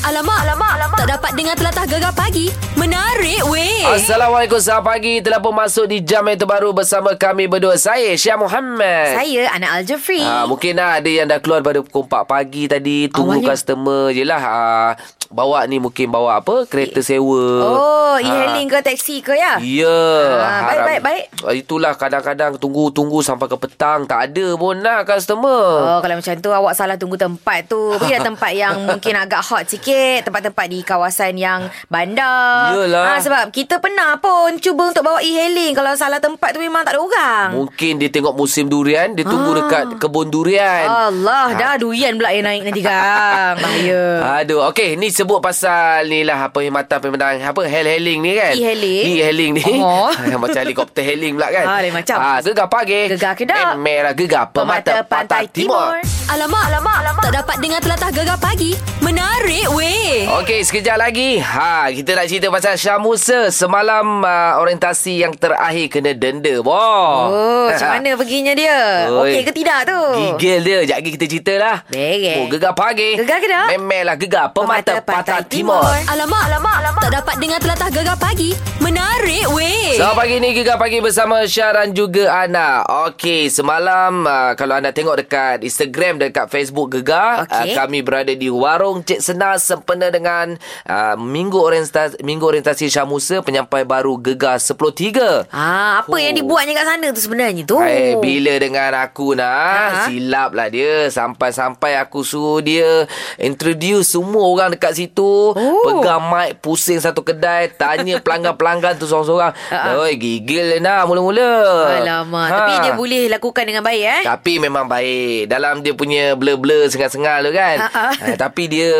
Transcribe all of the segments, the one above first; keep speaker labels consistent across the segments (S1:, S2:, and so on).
S1: Alamak, alamak, alamak. Tak dapat dengar telatah gegar pagi. Menarik, weh.
S2: Assalamualaikum Selamat pagi Telah pun masuk di jam yang terbaru Bersama kami berdua Saya Syah Muhammad
S3: Saya Ana Al Jafri.
S2: Ah, mungkin lah ada yang dah keluar pada pukul 4 pagi tadi Tunggu
S3: Awalnya.
S2: customer je lah ah, Bawa ni mungkin bawa apa Kereta sewa
S3: Oh,
S2: Ah.
S3: e-hailing ke taksi ke ya?
S2: Ya
S3: Ah,
S2: harap-
S3: baik, baik, baik.
S2: Ah, Itulah kadang-kadang Tunggu-tunggu sampai ke petang Tak ada pun lah customer
S3: Oh, kalau macam tu awak salah tunggu tempat tu. Pergilah tempat yang mungkin agak hot sikit. Tempat-tempat di kawasan yang bandar.
S2: Yelah.
S3: Ha, sebab kita pernah pun cuba untuk bawa e-hailing. Kalau salah tempat tu memang tak ada orang.
S2: Mungkin dia tengok musim durian Dia tunggu dekat kebun durian
S3: Ah.
S2: Ha,
S3: Allah, dah durian pula yang naik nanti gang. Bahaya.
S2: Aduh, okey, ni sebut pasal ni lah perkhidmatan perkhidmatan apa hailing ni kan?
S3: E-hailing.
S2: E-hailing ni.
S3: Oh.
S2: Macam helikopter hailing pula kan?
S3: Ah, lain macam.
S2: Ah, gegar pagi.
S3: Gegar
S2: Eh,
S3: kedap.
S2: merah gegar pemata, pantai, timur. timur.
S1: Alamak, alamak, alamak. Tak dapat dengar telatah gegar pagi. Menarik, weh.
S2: Okey, sekejap lagi. Ha, kita nak cerita pasal Syah Musa semalam uh, orientasi yang terakhir kena denda. Wah.
S3: Oh, macam mana perginya dia?
S2: Oi.
S3: Okey ke tidak tu?
S2: Gigil dia. Sekejap lagi kita cerita lah.
S3: Beres.
S2: Oh, gegar pagi.
S3: Gegar kedap.
S2: Memelah gegar pemata,
S3: Pemata Pantai
S2: pantai, timur.
S3: Timur.
S1: Alamak, alamak, alamak. Tak dapat dengar telatah gegar pagi. Menarik, weh.
S2: Selamat pagi ni Gegar Pagi bersama Syaran juga Ana Okey semalam uh, Kalau anda tengok dekat Instagram Dekat Facebook Gegar uh,
S3: Okey.
S2: Kami berada di Warung Cik Senar Sempena dengan uh, Minggu Orientasi Minggu Orientasi Syah Musa Penyampai baru Gegar Oh. 10.3
S3: Ah, apa yang dibuatnya kat sana tu sebenarnya tu?
S2: Eh, bila dengan aku
S3: Ha?
S2: nak Silap lah dia Sampai-sampai aku suruh dia Introduce semua orang dekat situ oh. Pegang mic Pusing satu kedai Tanya pelanggan-pelanggan tu Seorang-seorang Oi, gigil dia nak Mula-mula
S3: Ha, Alamak, ha. tapi dia boleh lakukan dengan baik eh?
S2: tapi memang baik Dalam dia punya blur-blur Sengal-sengal tu kan
S3: Ha, Hmm. ha.
S2: Eh, Tapi dia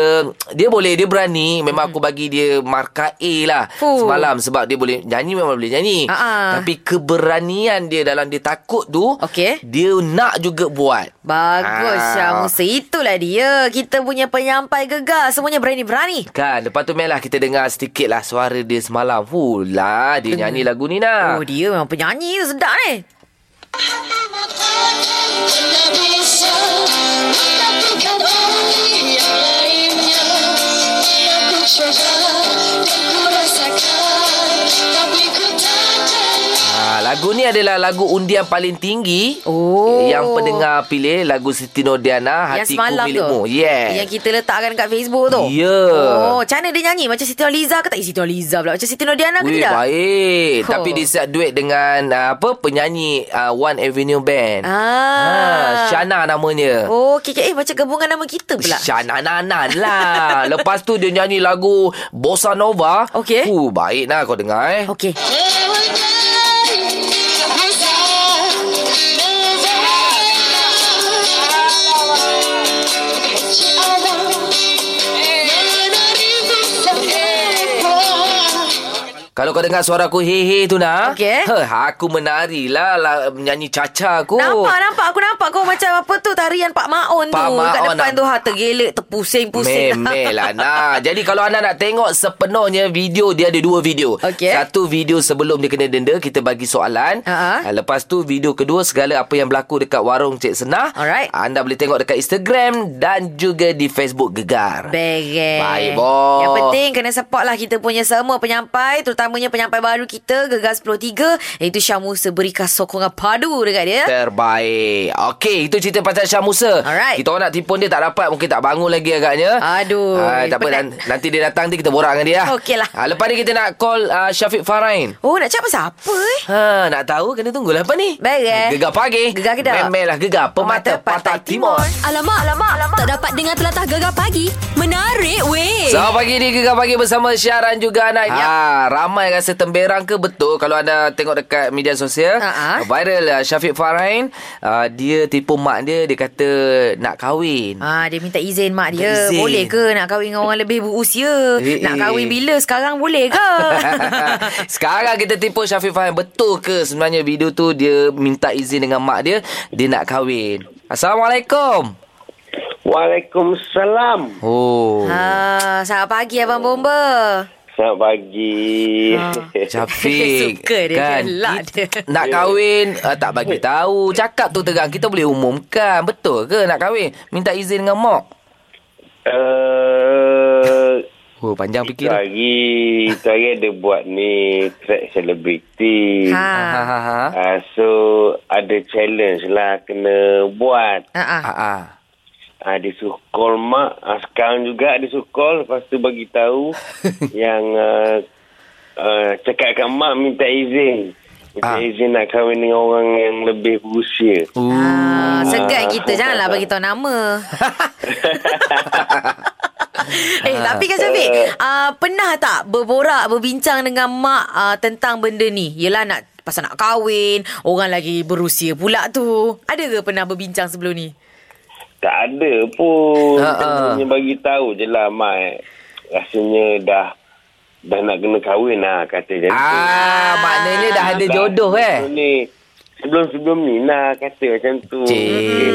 S2: Dia boleh Dia berani Memang aku bagi dia Markah A lah
S3: Fuh.
S2: Semalam Sebab dia boleh Nyanyi memang boleh nyanyi
S3: Ha, ha.
S2: Tapi keberanian dia Dalam dia takut tu
S3: Okey.
S2: Dia nak juga buat
S3: Bagus
S2: Ah.
S3: ah. Syah Musa Itulah dia Kita punya penyampai gegar Semuanya berani-berani
S2: Kan Lepas tu Mel lah Kita dengar sedikit lah Suara dia semalam Fulah Dia nyanyi lagu ni lah. nak
S3: Oh dia memang penyanyi tu Sedap eh? ni
S2: Ha, lagu ni adalah lagu undian paling tinggi
S3: Oh.
S2: yang pendengar pilih lagu Siti Nordiana
S3: Yang
S2: Hatiku
S3: semalam
S2: Milikmu.
S3: tu
S2: Yeah.
S3: Yang kita letakkan kat Facebook tu
S2: Ya.
S3: Oh Macam mana dia nyanyi Macam Siti Nurhaliza ke tak Eh, Siti Nurhaliza pula Macam Siti Nurdiana ke
S2: Weh,
S3: tidak
S2: baik.
S3: Oh.
S2: Tapi dia siap duet dengan uh, apa penyanyi uh, One Avenue Band.
S3: Ah.
S2: Ha, Shana namanya.
S3: Oh okay, okay. Eh macam gabungan nama kita pula
S2: Shana Nanan lah. Lepas tu dia nyanyi lagu Bossa Nova.
S3: Okey.
S2: Uh, baik lah kau dengar eh.
S3: Okay
S2: Kalau kau dengar suara aku hehe tu nak.
S3: Okey.
S2: Ha, aku menari lah, lah menyanyi caca aku.
S3: Nampak nampak Aku nampak kau macam apa tu Tarian Pak Maon tu
S2: Oh. Pak
S3: Kat
S2: Maon
S3: depan
S2: nak-
S3: tu ha, Tergelek Terpusing-pusing
S2: Memel lah nah. Jadi kalau anda nak tengok sepenuhnya video Dia ada dua video
S3: Okey.
S2: Satu video sebelum dia kena denda Kita bagi soalan
S3: Ha-ha.
S2: Ah, Lepas tu video kedua Segala apa yang berlaku dekat warung Cik Senah
S3: Alright.
S2: Anda boleh tengok dekat Instagram Dan juga di Facebook Gegar
S3: Beres.
S2: Baik, boh.
S3: Yang penting kena support lah kita punya semua penyampai. Terutamanya penyampai baru kita, Gegar 103. Iaitu Syah Musa berikan sokongan padu dekat dia.
S2: Terbaik Okey Itu cerita pasal Syah Musa
S3: Alright.
S2: Kita orang nak tipu dia tak dapat Mungkin tak bangun lagi agaknya
S3: Aduh,
S2: Ah, Tak apa
S3: penat.
S2: nan- Nanti dia datang nanti kita borak dengan dia lah.
S3: Okey lah.
S2: Ah, Lepas ni kita nak call uh, Syafiq Farain
S3: Oh, nak cakap pasal apa eh?
S2: Ha, nak tahu kena tunggulah apa ni?
S3: Baik, eh?
S2: Gegar pagi.
S3: Gegar kedap.
S2: Memelah gegar pemata,
S3: Pemata Pantai
S2: patah timur.
S3: Timur.
S1: Alamak, alamak, alamak. Tak dapat dengar telatah gegar pagi. Menarik, weh.
S2: Selamat pagi di Gegar Pagi bersama Syaran juga anak. Ha, ramai rasa temberang ke betul kalau anda tengok dekat media sosial.
S3: Ha-ha.
S2: Viral lah Syafiq Farain. Uh, dia tipu mak dia, dia kata nak kahwin.
S3: Ah, dia minta izin mak
S2: Minta
S3: dia.
S2: izin.
S3: Boleh ke nak kahwin dengan orang lebih berusia?
S2: Eh, eh.
S3: Nak kahwin bila? Sekarang boleh ke? Ah.
S2: Sekarang kita tipu Syafiq Farain. Betul ke sebenarnya video tu dia minta izin dengan mak dia, dia nak kahwin. Assalamualaikum.
S4: Waalaikumsalam.
S2: Oh.
S3: Ah, selamat pagi Abang Bomba.
S4: Selamat pagi.
S3: Ah.
S2: Syafiq kan?
S3: Suka dia, gelak dia.
S2: Nak kahwin uh, Tak bagi tahu Cakap tu terang Kita boleh umumkan Betul ke nak kahwin Minta izin dengan mak
S4: Uh,
S2: Oh, panjang fikir.
S4: Itu
S2: tu.
S4: hari, itu hari ada buat ni track celebrity.
S3: Ha.
S4: Ha.
S2: Ha ha ha.
S4: Uh, so, ada challenge lah kena buat.
S3: Ha ah.
S2: Ha ha.
S4: Ah, dia suruh call mak. Ah, sekarang juga dia suruh call. Lepas tu bagi tahu yang uh, uh, cakap kat mak minta izin. Minta
S2: Ah.
S4: izin nak kahwin dengan orang yang lebih berusia.
S3: Ah, segan kita janganlah bagi tahu nama. eh tapi kan Syafiq uh, Pernah tak berborak Berbincang dengan mak uh, Tentang benda ni Yelah nak Pasal nak kahwin Orang lagi berusia pula tu Ada ke pernah berbincang sebelum ni?
S4: Tak ada pun.
S2: Ha, ha.
S4: Hanya bagi tahu je lah mak. Eh. Rasanya dah dah nak kena kahwin lah kata macam tu.
S2: Ah, maknanya dah ada
S4: Tak,
S2: jodoh eh.
S4: sebelum Ni, sebelum-sebelum ni lah kata macam tu.
S2: Cik.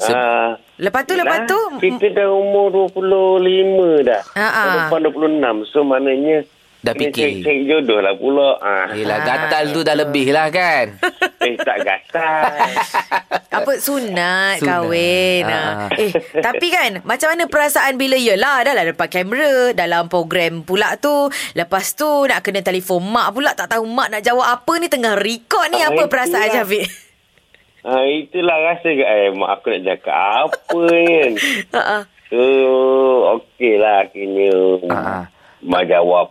S2: Se-
S4: Ah,
S3: Lepas tu, lepas tu,
S4: Kita dah umur 25 dah.
S3: Ha, ha.
S4: Perempuan 26. So maknanya
S2: Dah
S4: kena
S2: fikir.
S4: Cari, cari jodoh lah pula. Ah.
S2: Yelah, gatal tu
S3: Ah.
S2: dah lebih lah kan.
S4: Eh tak gatal.
S3: Apa sunat,
S2: Sunat.
S3: kahwin
S2: Ah.
S3: ah. Eh tapi kan Macam mana perasaan bila Yelah dah lah depan kamera Dalam program pula tu Lepas tu Nak kena telefon mak pula Tak tahu mak nak jawab apa ni Tengah record ni
S4: Ah,
S3: Apa perasaan
S4: itulah.
S3: Syafiq?
S4: ha, itulah rasa kat eh, mak aku nak cakap apa kan.
S3: Ha, ah.
S4: So okey lah akhirnya.
S2: Ha, ha.
S4: Mak jawab.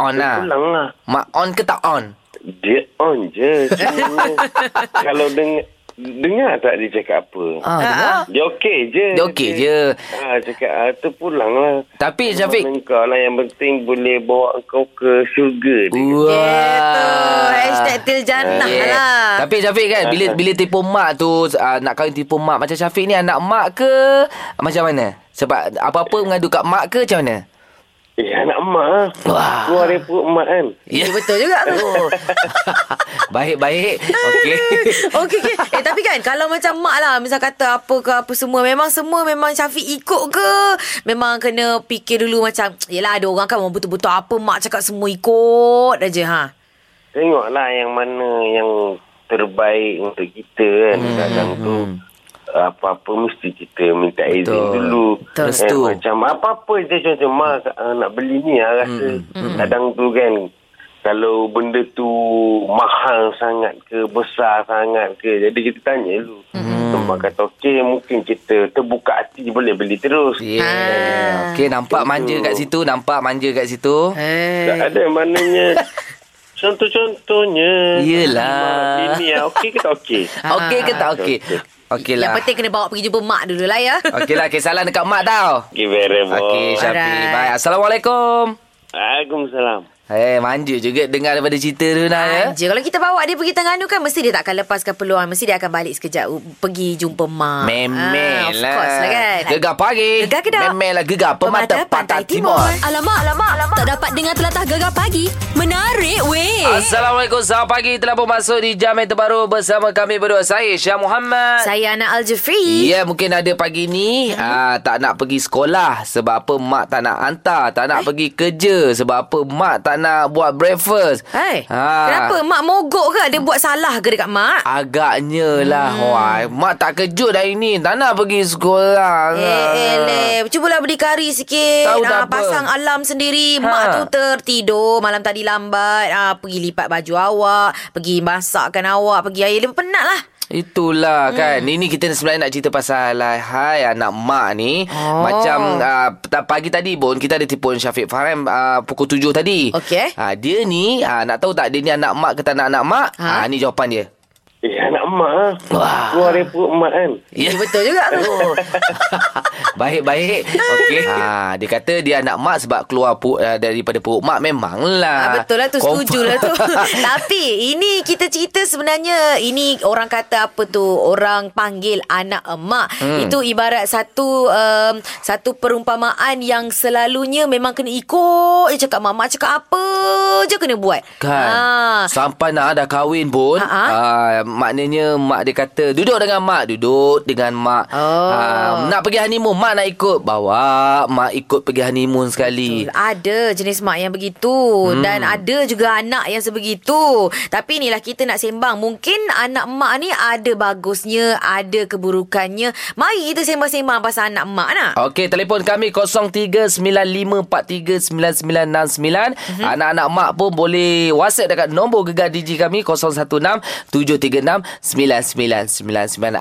S2: On lah.
S4: Pulang lah.
S2: Mak on ke tak on?
S4: Dia on je. Cuma kalau dengar, dengar tak dia cakap apa?
S2: Ah, dengar.
S4: Dia okey je.
S2: Dia okey je.
S4: Ha, cakap, ah, tu pulang lah.
S2: Tapi Syafiq.
S4: Engkau lah yang penting boleh bawa engkau ke syurga. dia.
S2: Wah.
S3: Gitu. Hashtag til jannah lah.
S2: Eh, Tapi Syafiq kan bila bila tipu mak tu uh, nak kahwin tipu mak macam Syafiq ni anak mak ke macam mana? Sebab apa-apa mengadu kat mak ke macam mana?
S4: Eh, anak mak lah.
S2: Wah.
S4: Keluar dari perut mak kan.
S3: Ya betul juga tu.
S2: Baik-baik. Okey.
S3: Okey okey. Eh tapi kan kalau macam mak lah misal kata apa ke apa semua memang semua memang Syafiq ikut ke? Memang kena fikir dulu macam yelah ada orang kan memang betul-betul apa mak cakap semua ikut aja ha.
S4: Tengoklah yang mana yang terbaik untuk kita kan. Hmm. Kadang tu eh, apa-apa mesti kita minta izin
S2: Betul.
S4: dulu.
S2: Betul. Restu.
S4: Eh, macam apa-apa je contoh mak ah, nak beli ni ah, rasa
S2: Hmm.
S4: kadang tu kan kalau benda tu mahal sangat ke besar sangat ke jadi kita tanya dulu. Hmm. Mak kata okey mungkin kita terbuka hati boleh beli terus.
S3: Ah.
S2: Yeah. Okey nampak manja kat situ, nampak manja kat situ.
S3: Eh.
S4: Tak ada maknanya Contoh-contohnya
S2: Yelah.
S4: Ini lah Okey ke tak okey
S2: Okey ke tak okey?
S3: Ah.
S2: lah.
S3: Yang
S2: Okeylah.
S3: penting kena bawa pergi jumpa mak dulu lah ya.
S2: Okeylah, kesalahan dekat mak tau.
S4: Okey very well
S2: Okey, Syafiq.
S3: Alright.
S2: Bye. Assalamualaikum.
S4: Waalaikumsalam
S2: Eh, manja juga dengar daripada cerita tu nak ya.
S3: Je kalau kita bawa dia pergi Terengganu kan mesti dia tak akan lepaskan peluang, mesti dia akan balik sekejap u- pergi jumpa mak.
S2: Memel
S3: Ah, Of course lah kan.
S2: Gegar pagi.
S3: Gegar kedap.
S2: Memel lah gegar pemata, pantai, timur.
S1: Alamak, alamak, alamak. Tak dapat dengar telatah gegar pagi. Menarik weh.
S2: Assalamualaikum. Selamat pagi. Telah pun masuk di jam yang terbaru bersama kami berdua. Saya Syah Muhammad.
S3: Saya Ana Al-Jafri.
S2: Ya mungkin ada pagi ni hmm. aa, Tak nak pergi sekolah Sebab apa mak tak nak hantar Tak
S3: Eh?
S2: nak pergi kerja Sebab apa mak tak nak buat breakfast
S3: Hai.
S2: Ah.
S3: Kenapa? Mak mogok ke? Dia buat salah ke dekat mak?
S2: Agaknya lah hmm. Wah, Mak tak kejut hari ni Tak nak pergi sekolah
S3: Eh, eh, leh. Cubalah berdikari sikit.
S2: Tahu tak
S3: Ah,
S2: apa.
S3: pasang alam
S2: Ha.
S3: sendiri. Mak tu tertidur. Malam tadi lambat. Ah, pergi lipat baju awak. Pergi masakkan awak. Pergi air. Dia penat lah.
S2: Itulah
S3: Hmm.
S2: kan Ini kita sebenarnya nak cerita pasal ah, Hai anak mak ni
S3: Oh.
S2: Macam uh, pagi tadi pun Kita ada telefon Syafiq Farhan uh, Pukul 7 tadi
S3: Okey.
S2: uh, Dia ni uh, Nak tahu tak Dia ni anak mak ke tak nak anak mak ha? uh,
S3: Ha?
S2: Ni jawapan dia
S4: Eh anak mak ah.
S2: Wah.
S4: Keluar dari perut mak kan
S2: Ya.
S3: Eh, betul juga tu.
S2: Baik-baik Oh. Okey ha, Dia kata dia anak mak Sebab keluar pu, uh, daripada perut mak Memanglah
S3: Ah, betul lah tu
S2: Confirm.
S3: Setuju lah tu Tapi Ini kita cerita sebenarnya Ini orang kata apa tu Orang panggil anak emak hmm. Itu ibarat satu um, Satu perumpamaan Yang selalunya Memang kena ikut Je cakap mama Cakap apa je kena buat
S2: Kan
S3: Ah.
S2: Sampai nak dah kahwin pun
S3: Ha, ha.
S2: uh, maknanya mak dia kata duduk dengan mak, duduk dengan mak.
S3: Oh.
S2: Ah, nak pergi honeymoon, mak nak ikut. Bawa mak ikut pergi honeymoon sekali.
S3: Betul. Ada jenis mak yang begitu hmm. dan ada juga anak yang sebegitu. Tapi inilah kita nak sembang. Mungkin anak mak ni ada bagusnya, ada keburukannya. Mari kita sembang-sembang pasal anak mak nak.
S2: Okey, telefon kami 0395439969.
S3: Mhm.
S2: Anak-anak mak pun boleh WhatsApp dekat nombor gegar DJ kami 0167369999.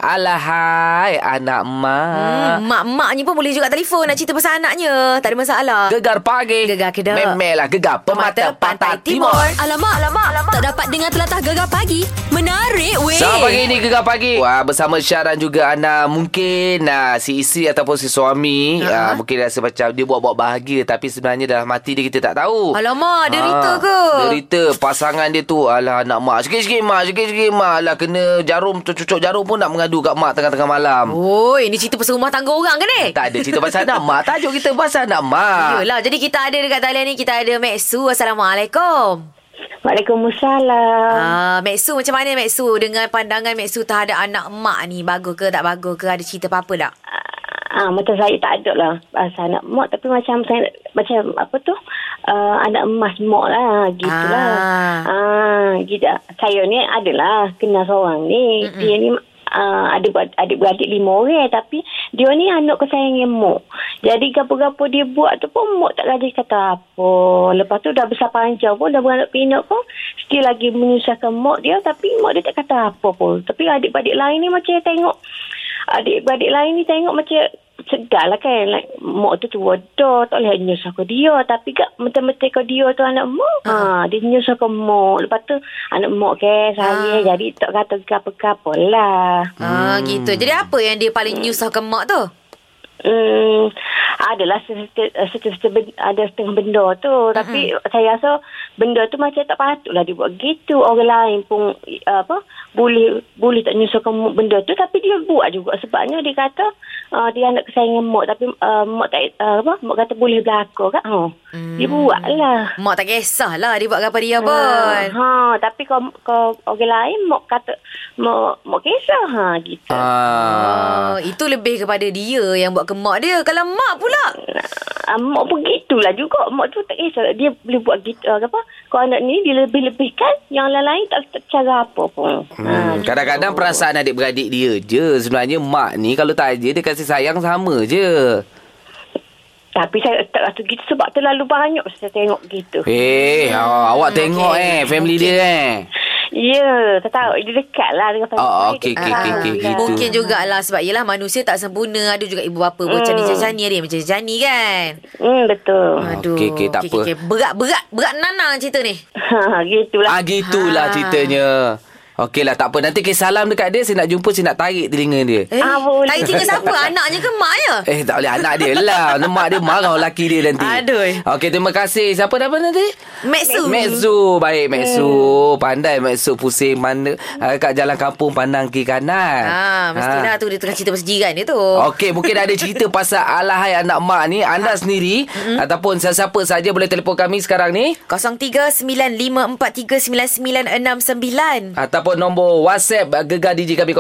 S2: Alahai anak mak.
S3: Hmm, mak-maknya pun boleh juga telefon nak cerita pasal anaknya. Tak ada masalah.
S2: Gegar pagi.
S3: Gegar Kedah.
S2: Memelah gegar pemata, pantai, timur.
S1: Alamak, alamak, alamak. Tak dapat dengar telatah gegar pagi. Menarik weh.
S2: Selamat pagi ni gegar pagi. Wah bersama Syah dan juga Ana mungkin ah, si isteri ataupun si suami ah,
S3: Ya.
S2: mungkin rasa macam dia buat-buat bahagia tapi sebenarnya dalam hati dia kita tak tahu.
S3: Alamak, derita
S2: Ah,
S3: ke?
S2: Derita pasangan dia tu alah nak mak sikit-sikit mak sikit-sikit mak alah kena jarum cucuk jarum pun nak mengadu kat mak tengah-tengah malam.
S3: Oh, ini cerita pasal rumah tangga orang kan, eh? ke ni?
S2: Tak ada cerita pasal anak mak. Tajuk kita pasal anak mak.
S3: Yelah, jadi kita ada dekat talian ni, kita ada Mek Su. Assalamualaikum.
S5: Waalaikumsalam.
S3: Ah, Mek Su macam mana Mek Su dengan pandangan Mek Su terhadap anak mak ni? Bagus ke tak bagus ke? Ada cerita apa-apa tak?
S5: Ah, macam saya tak ada lah pasal anak mak tapi macam saya macam apa tu uh, anak emas mak lah gitulah.
S3: Ah.
S5: Ah, ah gitu. Saya ni adalah kenal seorang ni. Mm-mm. Dia ni uh, ada adik beradik lima orang tapi dia ni anak kesayangan mak. Jadi gapo-gapo dia buat tu pun mak tak gaji kata apa. Lepas tu dah besar panjang pun dah beranak pinak pun still lagi menyusahkan mak dia tapi mak dia tak kata apa pun. Tapi adik-beradik lain ni macam tengok adik-beradik lain ni tengok macam segar lah kan like, mak tu tua dah tak boleh nyusah ke dia tapi kat mata-mata ke dia tu anak mak ha, dia nyusah ke mak lepas tu anak mak ke saya jadi tak kata apa-apa lah
S3: Hmm. Ah, gitu. Jadi apa yang dia paling nyusahkan mak tu?
S5: Hmm, adalah setiap, setiap, setiap ben- ada setengah benda tu tapi saya rasa benda tu macam tak patutlah dibuat gitu orang lain pun eh, apa boleh boleh tak nyusulkan benda tu tapi dia buat juga sebabnya dia kata uh, dia anak kesayangan mak tapi uh, mak tak uh, apa mak kata boleh berlaku kan ha hmm. dia buat lah
S3: Mak tak kisahlah dia buat apa dia pun.
S5: Ha, ha tapi kalau kalau orang lain mak kata mak mak kisah ha gitu
S2: Ah.
S3: Ah, itu lebih kepada dia yang buat ke mak dia. Kalau mak pula.
S5: Uh, mak pun gitulah juga. Mak tu tak kisah. Dia boleh buat gitu. Uh, apa? Kalau anak ni dia lebih-lebihkan. Yang lain-lain tak, tak cara apa pun.
S3: Ah,
S5: Ah,
S2: Hmm, kadang-kadang perasaan adik-beradik dia je Sebenarnya mak ni kalau tak ada Dia kasih sayang sama je
S5: Tapi saya tak rasa gitu sebab terlalu banyak saya tengok gitu. Ya,
S2: Eh oh, awak tengok
S3: Hmm. okey.
S2: eh Family dia eh
S5: yeah, Ya, tak tahu. Dia dekat lah dengan family.
S2: Ah,
S5: saya,
S2: okey,
S5: dekat
S2: okey, okey,
S5: lah.
S2: okey, gitu.
S3: Mungkin jugalah sebab yelah manusia tak sempurna. Ada juga ibu bapa pun macam ni macam ni dia. Macam macam ni kan.
S5: Hmm, betul.
S3: Aduh.
S2: Hmm. Ah, Okey, okey, tak apa.
S3: Berat, berat. Berat nanang cerita ni.
S5: Ha, gitulah.
S2: Ah gitulah
S3: Ha.
S2: ceritanya Okey lah tak apa Nanti kisah salam dekat dia Saya nak jumpa Saya nak tarik telinga dia
S3: Eh,
S5: Ah, boleh.
S3: tak cerita siapa? Anaknya ke mak ya?
S2: Eh tak boleh anak dia lah Mak dia marah lelaki dia nanti
S3: Aduh.
S2: Okey terima kasih Siapa nama nanti?
S3: Mek Su.
S2: Mek Su Baik Mek Su
S3: Hmm.
S2: Pandai Mek Su Pusing mana ah, Kat jalan kampung Pandang kiri kanan
S3: Ah, mestilah
S2: Ah.
S3: tu dia tengah cerita pasal jiran dia tu.
S2: Okey, mungkin ada cerita pasal alahai anak mak ni.
S3: Ah.
S2: Anda sendiri mm-hmm. ataupun siapa-siapa saja boleh telefon kami sekarang ni.
S3: 0395439969.
S2: Ataupun nombor WhatsApp uh, Gegar DJ kami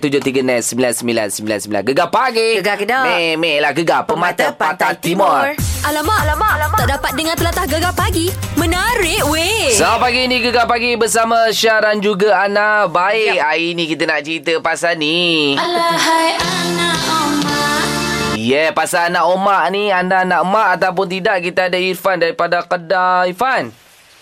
S2: 0197399999. Gegar pagi.
S3: Gegar Kedah.
S2: Memek lah gegar pemata, pantai timur.
S3: Eh.
S1: Alamak, alamak, alamak. Tak dapat dengar telatah gegar pagi. Menarik weh.
S2: Selamat pagi ni Gegar Pagi bersama Syah dan juga Ana Baik, yep. hari ni kita nak cerita pasal ni
S1: Alahai anak omak.
S2: Yeah, Ya, pasal anak omak ni Anda anak mak ataupun tidak Kita ada Irfan daripada Kedah Irfan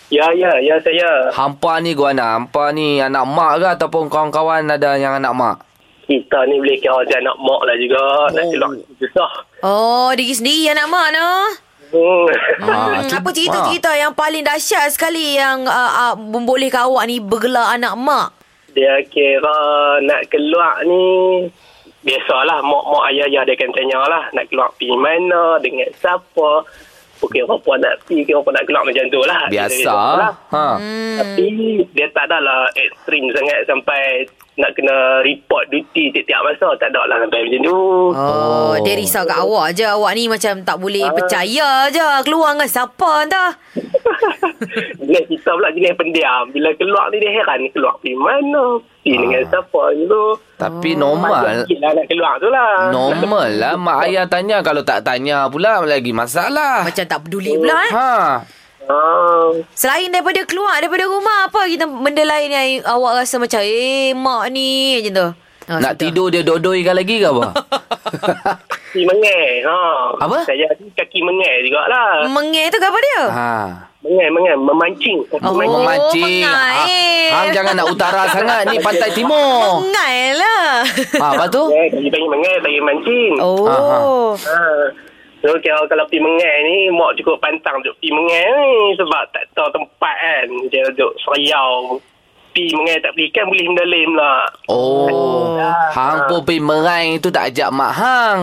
S6: Ya, ya, ya saya.
S2: Hampa ni gua nak Hampa ni anak mak ke Ataupun kawan-kawan ada yang anak mak
S6: Kita ni boleh kira dia anak mak lah juga. Nak celak susah.
S3: Oh, diri sendiri anak mak no.
S6: Hmm.
S2: Ah,
S3: Hmm,
S2: tu-
S3: apa cerita-cerita yang paling dahsyat sekali yang uh, uh, membolehkan awak ni bergelar anak mak?
S6: Dia kira nak keluar ni... Biasalah, mak-mak ayah-ayah dia akan tanya lah. Nak keluar pergi mana, dengan siapa. Okey, apa nak pergi, kira apa nak keluar macam tu lah.
S2: Ah, Biasa
S6: Lah.
S2: ha.
S6: Tapi dia tak adalah ekstrim sangat sampai nak kena report duty tiap-tiap masa. Tak ada lah sampai macam tu.
S3: Oh,
S2: Oh. Ah.
S3: dia risau kat awak je. Awak ni macam tak boleh percaya je. Keluar dengan siapa entah.
S6: jenis kita pula jenis pendiam. Bila keluar ni dia heran ni keluar pergi mana. Pergi ah. dengan siapa dulu.
S2: Tapi
S3: Oh,
S6: Macam
S2: normal. lah.
S6: gila nak keluar tu lah.
S2: Normal lah mak ayah tanya kalau tak tanya pula lagi masalah.
S3: Macam tak peduli pula eh.
S2: Ha.
S6: Ah.
S3: Selain daripada keluar daripada rumah apa kita benda lain yang awak rasa macam eh mak ni macam tu. Ha,
S2: Nak
S3: situ.
S2: tidur dia dodoikan lagi ke apa?
S6: Kaki mengai. Ha.
S2: Apa?
S6: Saya ni kaki mengai jugalah.
S3: Mengeh tu ke apa dia?
S2: ha.
S6: Mengai, mengai. Memancing. Kaki
S3: Oh.
S6: memancing.
S2: Memancing.
S3: mengair.
S2: Ha. Hang jangan nak utara sangat ni pantai timur.
S3: Mengai lah.
S2: Ha, lepas tu?
S6: Eh, kaki panggil mengai, panggil mancing.
S3: oh.
S6: Ha. So kalau, kalau pergi mengai ni Mak cukup pantang duduk pergi mengai ni Sebab tak tahu tempat kan Dia duduk seriau Pergi mengai tak beli ikan boleh mendalim lah
S2: Oh. Hang pun pergi merai tu tak ajak mak hang.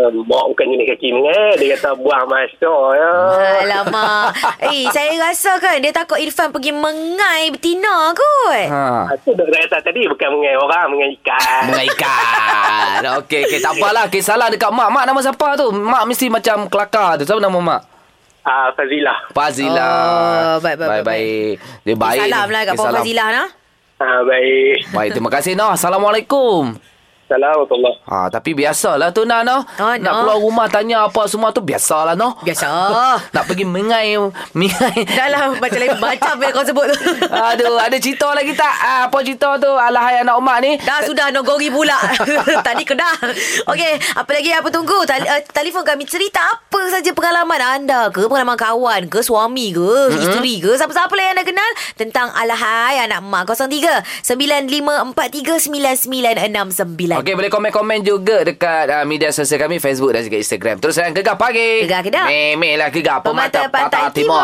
S6: um, Mak bukan jenis kaki mengai Dia kata buang masa ya
S2: Ah,
S3: Alamak. eh, saya rasa kan dia takut Irfan pergi mengai betina kot.
S2: Ha.
S3: Ha.
S6: Itu dah saya kata tadi bukan mengai orang Mengai ikan
S2: Mengaikan. Okey, okey. Tak apalah. Kisahlah dekat mak. Mak nama siapa tu? Mak mesti macam kelakar tu. Siapa nama mak?
S6: Ah, Fazilah
S2: Fazila.
S3: Oh, baik, baik, baik,
S2: baik. Dia baik.
S3: Salam
S2: ni.
S3: lah
S2: Eh,
S3: kat Puan
S2: salam.
S3: Fazilah nah.
S6: ah, Baik
S2: Baik, terima kasih Noh. Assalamualaikum.
S6: Assalamualaikum
S2: Ha, tapi biasalah tu Nah, Noh.
S3: Ah,
S2: Nak
S3: Noh.
S2: keluar rumah tanya apa semua tu biasalah Noh.
S3: Biasa.
S2: Nak pergi mengai, mengai.
S3: Dalam Oh. lah, macam lain macam yang kau sebut tu.
S2: Aduh, ada cerita lagi tak? Ah, apa cerita tu? Alahai anak umat ni.
S3: Dah sudah nogori pula Tadi kedah Okey Apa lagi apa tunggu Tal- uh, Telefon kami cerita Apa saja pengalaman anda ke Pengalaman kawan ke Suami ke mm-hmm. Isteri ke Siapa-siapa lah yang anda kenal Tentang Alahai Anak Mak 03 95439969
S2: Okey, boleh komen-komen juga dekat uh, media sosial kami, Facebook dan juga Instagram. Terus serang Gegar Pagi.
S3: Gegar Kedah.
S2: Memelah Gegar Pemata, Pantai, Timur.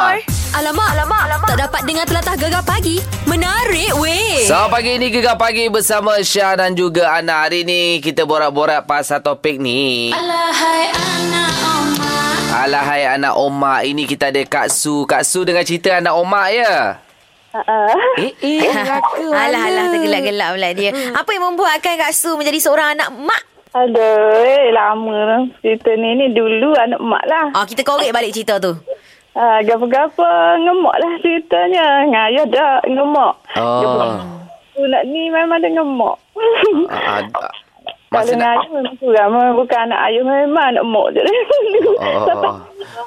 S1: Alamak, alamak, alamak. Tak dapat dengar telatah gegar pagi. Menarik weh.
S2: So, pagi ni Gegar Pagi bersama Syah dan juga Ana. Hari ni kita borak-borak pasal topik ni.
S1: Alahai anak omak.
S2: Alahai anak omak. Ini kita ada Kak Su. Kak Su dengan cerita anak omak ya?
S5: Uh,
S2: Eh, eh. Melaka,
S3: Alah
S2: Ana.
S3: alah Tergelak-gelak pula dia Apa yang membuatkan Kak Su Menjadi seorang anak mak
S7: Aduh, eh, lama lah cerita ni. Ni dulu anak mak lah.
S3: Ah Kita korek balik cerita tu
S7: Ah, Gapa-gapa ngemak lah ceritanya. Dengan ayah dah ngemak.
S2: Oh.
S7: Tu nak ni memang dia ngemak.
S2: Ah, ah,
S7: Kalau
S2: Masa
S7: dengan
S2: nak...
S7: ayah memang kurang. Memang bukan anak ayah. Memang anak mak je.
S2: Oh, oh, oh, oh.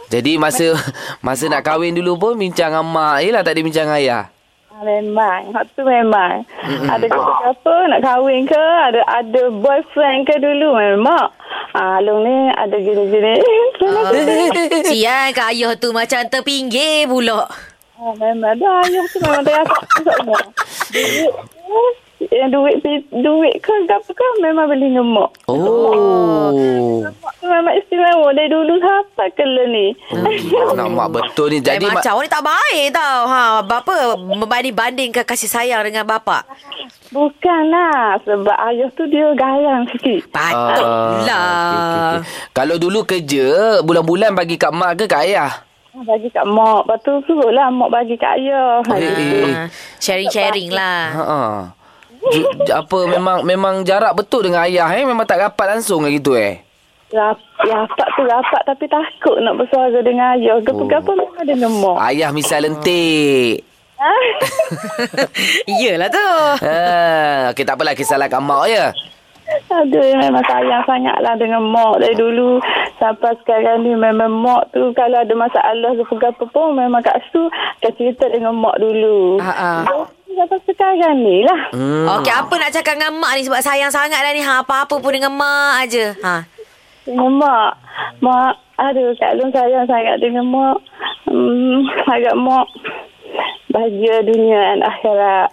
S2: Jadi masa masa nak kahwin dulu pun bincang dengan mak je lah tak ada bincang dengan ayah.
S7: Ah, Memang. Hak tu memang. Ada apa nak kahwin ke? Ada ada boyfriend ke dulu memang. Ah, long ni ada gini-gini.
S3: Ah, Sian Kak Ayah tu macam terpinggir pula
S7: Oh, memang dah ayah tu memang dah asap semua. Duit ke, yang duit pi- duit ke ke apa ke memang beli ngemak.
S2: Oh.
S7: Ngemak tu memang istimewa dari dulu sampai ke le ni.
S2: oh. Nak mak betul ni. Jadi
S3: Jadi
S2: mak,
S3: Eh, macam orang ni tak baik tau. Ha, bapa membanding-bandingkan kasih sayang dengan bapa.
S7: Bukan lah sebab ayah tu dia gayang sikit.
S3: lah. Patutlah.
S2: Ah, okey, okey, okey. Kalau dulu kerja bulan-bulan bagi kat mak ke kat ayah?
S7: Bagi kat mak. Lepas tu suruh lah mak bagi kat ayah.
S2: Eh, eh, eh.
S3: Ha, Sharing-sharing lah.
S2: Ha. ah. Ju- ju- apa memang memang jarak betul dengan ayah eh memang tak rapat langsung lagi tu eh.
S7: Rap, rapat tu rapat tapi takut nak bersuara dengan ayah. Gapa-gapa memang dia Ah, ngemak.
S2: Ayah misal lentik.
S3: Iyalah tu.
S2: Ha, okey tak apalah kisahlah kat mak ya.
S7: Aduh, memang sayang sangat lah dengan mak dari dulu sampai sekarang ni memang mak tu kalau ada masalah apa-apa pun memang Kak Su akan cerita dengan mak dulu.
S3: Ha, ha.
S7: Jadi, Sampai sekarang ni lah.
S3: Hmm.
S2: Hmm.
S3: Okey, apa nak cakap dengan mak ni sebab sayang sangat lah ni. Ha, apa-apa pun dengan mak aja. Ha.
S7: Dengan mak. Mak, aduh Kak Long sayang sangat dengan mak. Hmm, agak mak bahagia dunia dan akhirat.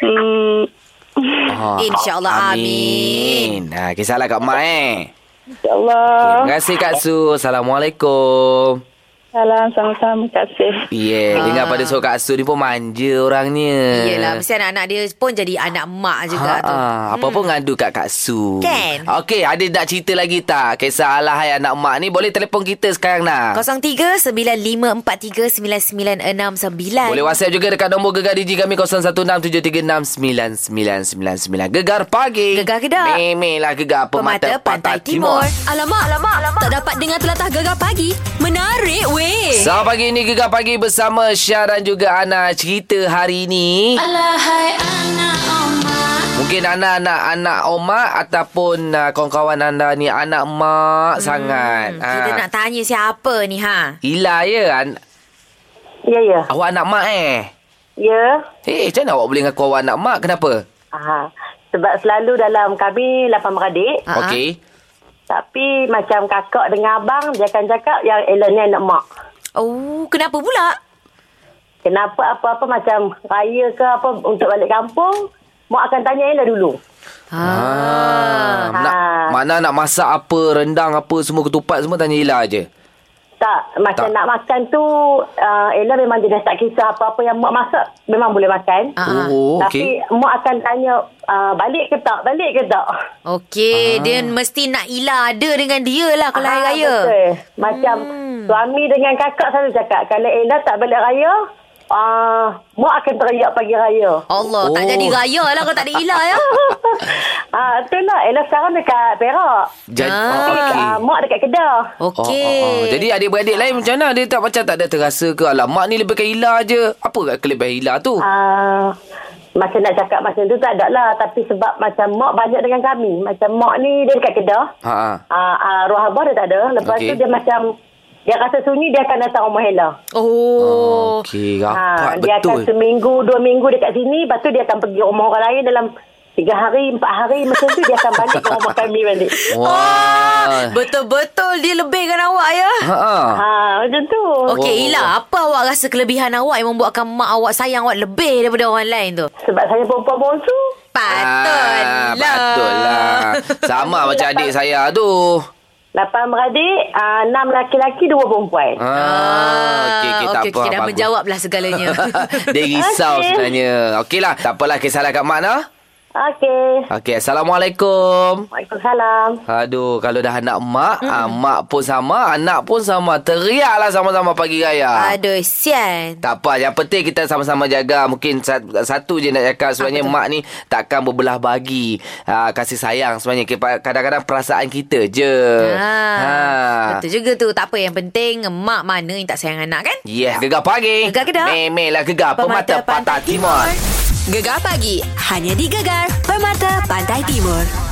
S7: Hmm,
S2: Ha.
S3: InsyaAllah, amin.
S2: amin. Ha, kisahlah kat mak eh.
S7: insyaAllah.
S2: Terima kasih Kak Su. Assalamualaikum.
S7: Salam sama-sama Kak Seh.
S3: Ha.
S2: Yeah, dengar pada suara Kak Su ni pun manja orangnya.
S3: Iyalah, mesti anak-anak dia pun jadi anak mak
S2: Eh. Ha,
S3: juga tu. Hmm.
S2: ha, apa pun ngadu kat Kak Su.
S3: Kan?
S2: Okey, ada nak cerita lagi tak? Kisah alahai anak mak ni boleh telefon kita sekarang nak.
S3: 03-9543-9969
S2: Boleh WhatsApp juga dekat nombor Gegar Digi kami 0167369999. Gegar pagi.
S3: Gegar Kedah.
S2: Memelah Gegar Pemata, Pantai, Timur.
S3: Alamak, alamak, alamak. Tak dapat dengar telatah gegar pagi. Menarik weh.
S1: weh.
S2: Selamat pagi ini Gegar Pagi bersama Syah dan juga Ana Cerita hari ini Mungkin anak-anak anak Oma Ataupun uh, kawan-kawan anda ni Anak mak hmm, sangat Ah.
S3: Kita nak tanya siapa ni ha?
S2: Ila ya an-
S5: Ya, ya.
S2: Awak anak mak eh
S5: Ya.
S2: Eh macam mana awak boleh ngaku awak anak mak Kenapa?
S5: Aha. Sebab selalu dalam kami lapan beradik.
S2: Ah.
S3: Ha, ha.
S2: Okey
S5: Tapi macam kakak dengan abang, dia akan cakap yang Ella ni anak mak.
S3: Oh, kenapa pula?
S5: Kenapa apa-apa macam raya ke apa untuk balik kampung, mak akan tanya Ella dulu.
S3: Ha.
S2: Ah, nak,
S5: Ah.
S2: mana nak masak apa, rendang apa, semua ketupat semua tanya Ila je.
S5: Tak,
S2: Tak.
S5: macam tak. nak makan tu, uh, Ella memang jenis tak kisah apa-apa yang mak masak, memang boleh makan.
S3: Ah.
S2: Oh, okey.
S5: Tapi mak akan tanya, uh, balik ke tak, balik ke tak.
S2: Ah.
S3: Okey, dia mesti nak Ila ada dengan dia lah kalau hari
S5: Ah,
S3: raya.
S5: Betul. Macam hmm. suami dengan kakak selalu cakap, kalau Ella tak balik raya, uh, mak akan teriak pagi raya.
S3: Allah, tak
S2: Oh.
S3: jadi raya lah kalau tak ada Ila ya.
S5: Ah, tu lah. Ella sekarang dekat Perak.
S2: Jadi,
S3: Ah.
S2: ah.
S5: Okay.
S2: okey.
S5: Uh, mak dekat Kedah.
S2: Oh, oh,
S3: Okey.
S2: oh. Jadi adik-beradik lain macam mana? Dia tak macam tak ada terasa ke? Alamak ni lebih Ila je. Apa kat kelebihan Ila tu?
S5: Uh, macam nak cakap macam tu tak ada lah. Tapi sebab macam mak banyak dengan kami. Macam mak ni dia dekat Kedah.
S2: Ha ah.
S5: Uh, uh, ruah abah dia tak ada. Lepas
S2: Okey.
S5: okay. tu dia macam... Dia rasa sunyi, dia akan datang rumah Ella.
S2: ah,
S3: Oh.
S2: Okey,
S5: Ah,
S2: rapat
S5: dia akan
S2: betul.
S5: seminggu, dua minggu dekat sini. Lepas tu dia akan pergi rumah orang lain dalam tiga hari, empat hari. Macam tu dia akan balik ke rumah kami balik.
S3: Ah.
S2: Wah.
S3: Betul-betul dia lebihkan awak ya.
S2: Ha ah.
S5: Ah, macam tu.
S2: Oh.
S3: Okey, Ila, apa awak rasa kelebihan awak yang membuatkan mak awak sayang awak lebih daripada orang lain tu?
S5: Sebab saya perempuan bongsu.
S2: Ah,
S3: Patutlah.
S2: Patut lah. Sama macam adik saya tu.
S5: Lapan beradik, uh, enam lelaki-lelaki, dua perempuan.
S2: Ah, okey, okey, tak
S3: okey,
S2: apa.
S3: okey, dah
S2: bagus.
S3: menjawablah segalanya.
S2: Dia risau
S5: Okey.
S2: sebenarnya. Okey lah. Tak apalah kisahlah kat Mak Nah.
S5: Okey.
S2: Okey, Assalamualaikum.
S5: Waalaikumsalam.
S2: Aduh, kalau dah anak mak, hmm. ah, mak pun sama, anak pun sama. Teriaklah sama-sama pagi raya.
S3: Aduh, sian.
S2: Tak apa, yang penting kita sama-sama jaga. Mungkin sa- satu je nak cakap sebenarnya mak ni takkan berbelah bagi. Ha, kasih sayang sebenarnya Kepa- kadang-kadang perasaan kita je. Ah.
S3: Ha. Betul juga tu. Tak apa yang penting mak mana yang tak sayang anak kan?
S2: Yeah, gegar pagi.
S3: Gegar Kedah.
S2: Memelah gegar pemata, pemata Pantai Timur.
S1: Gegar pagi hanya di Gegar Permata Pantai Timur.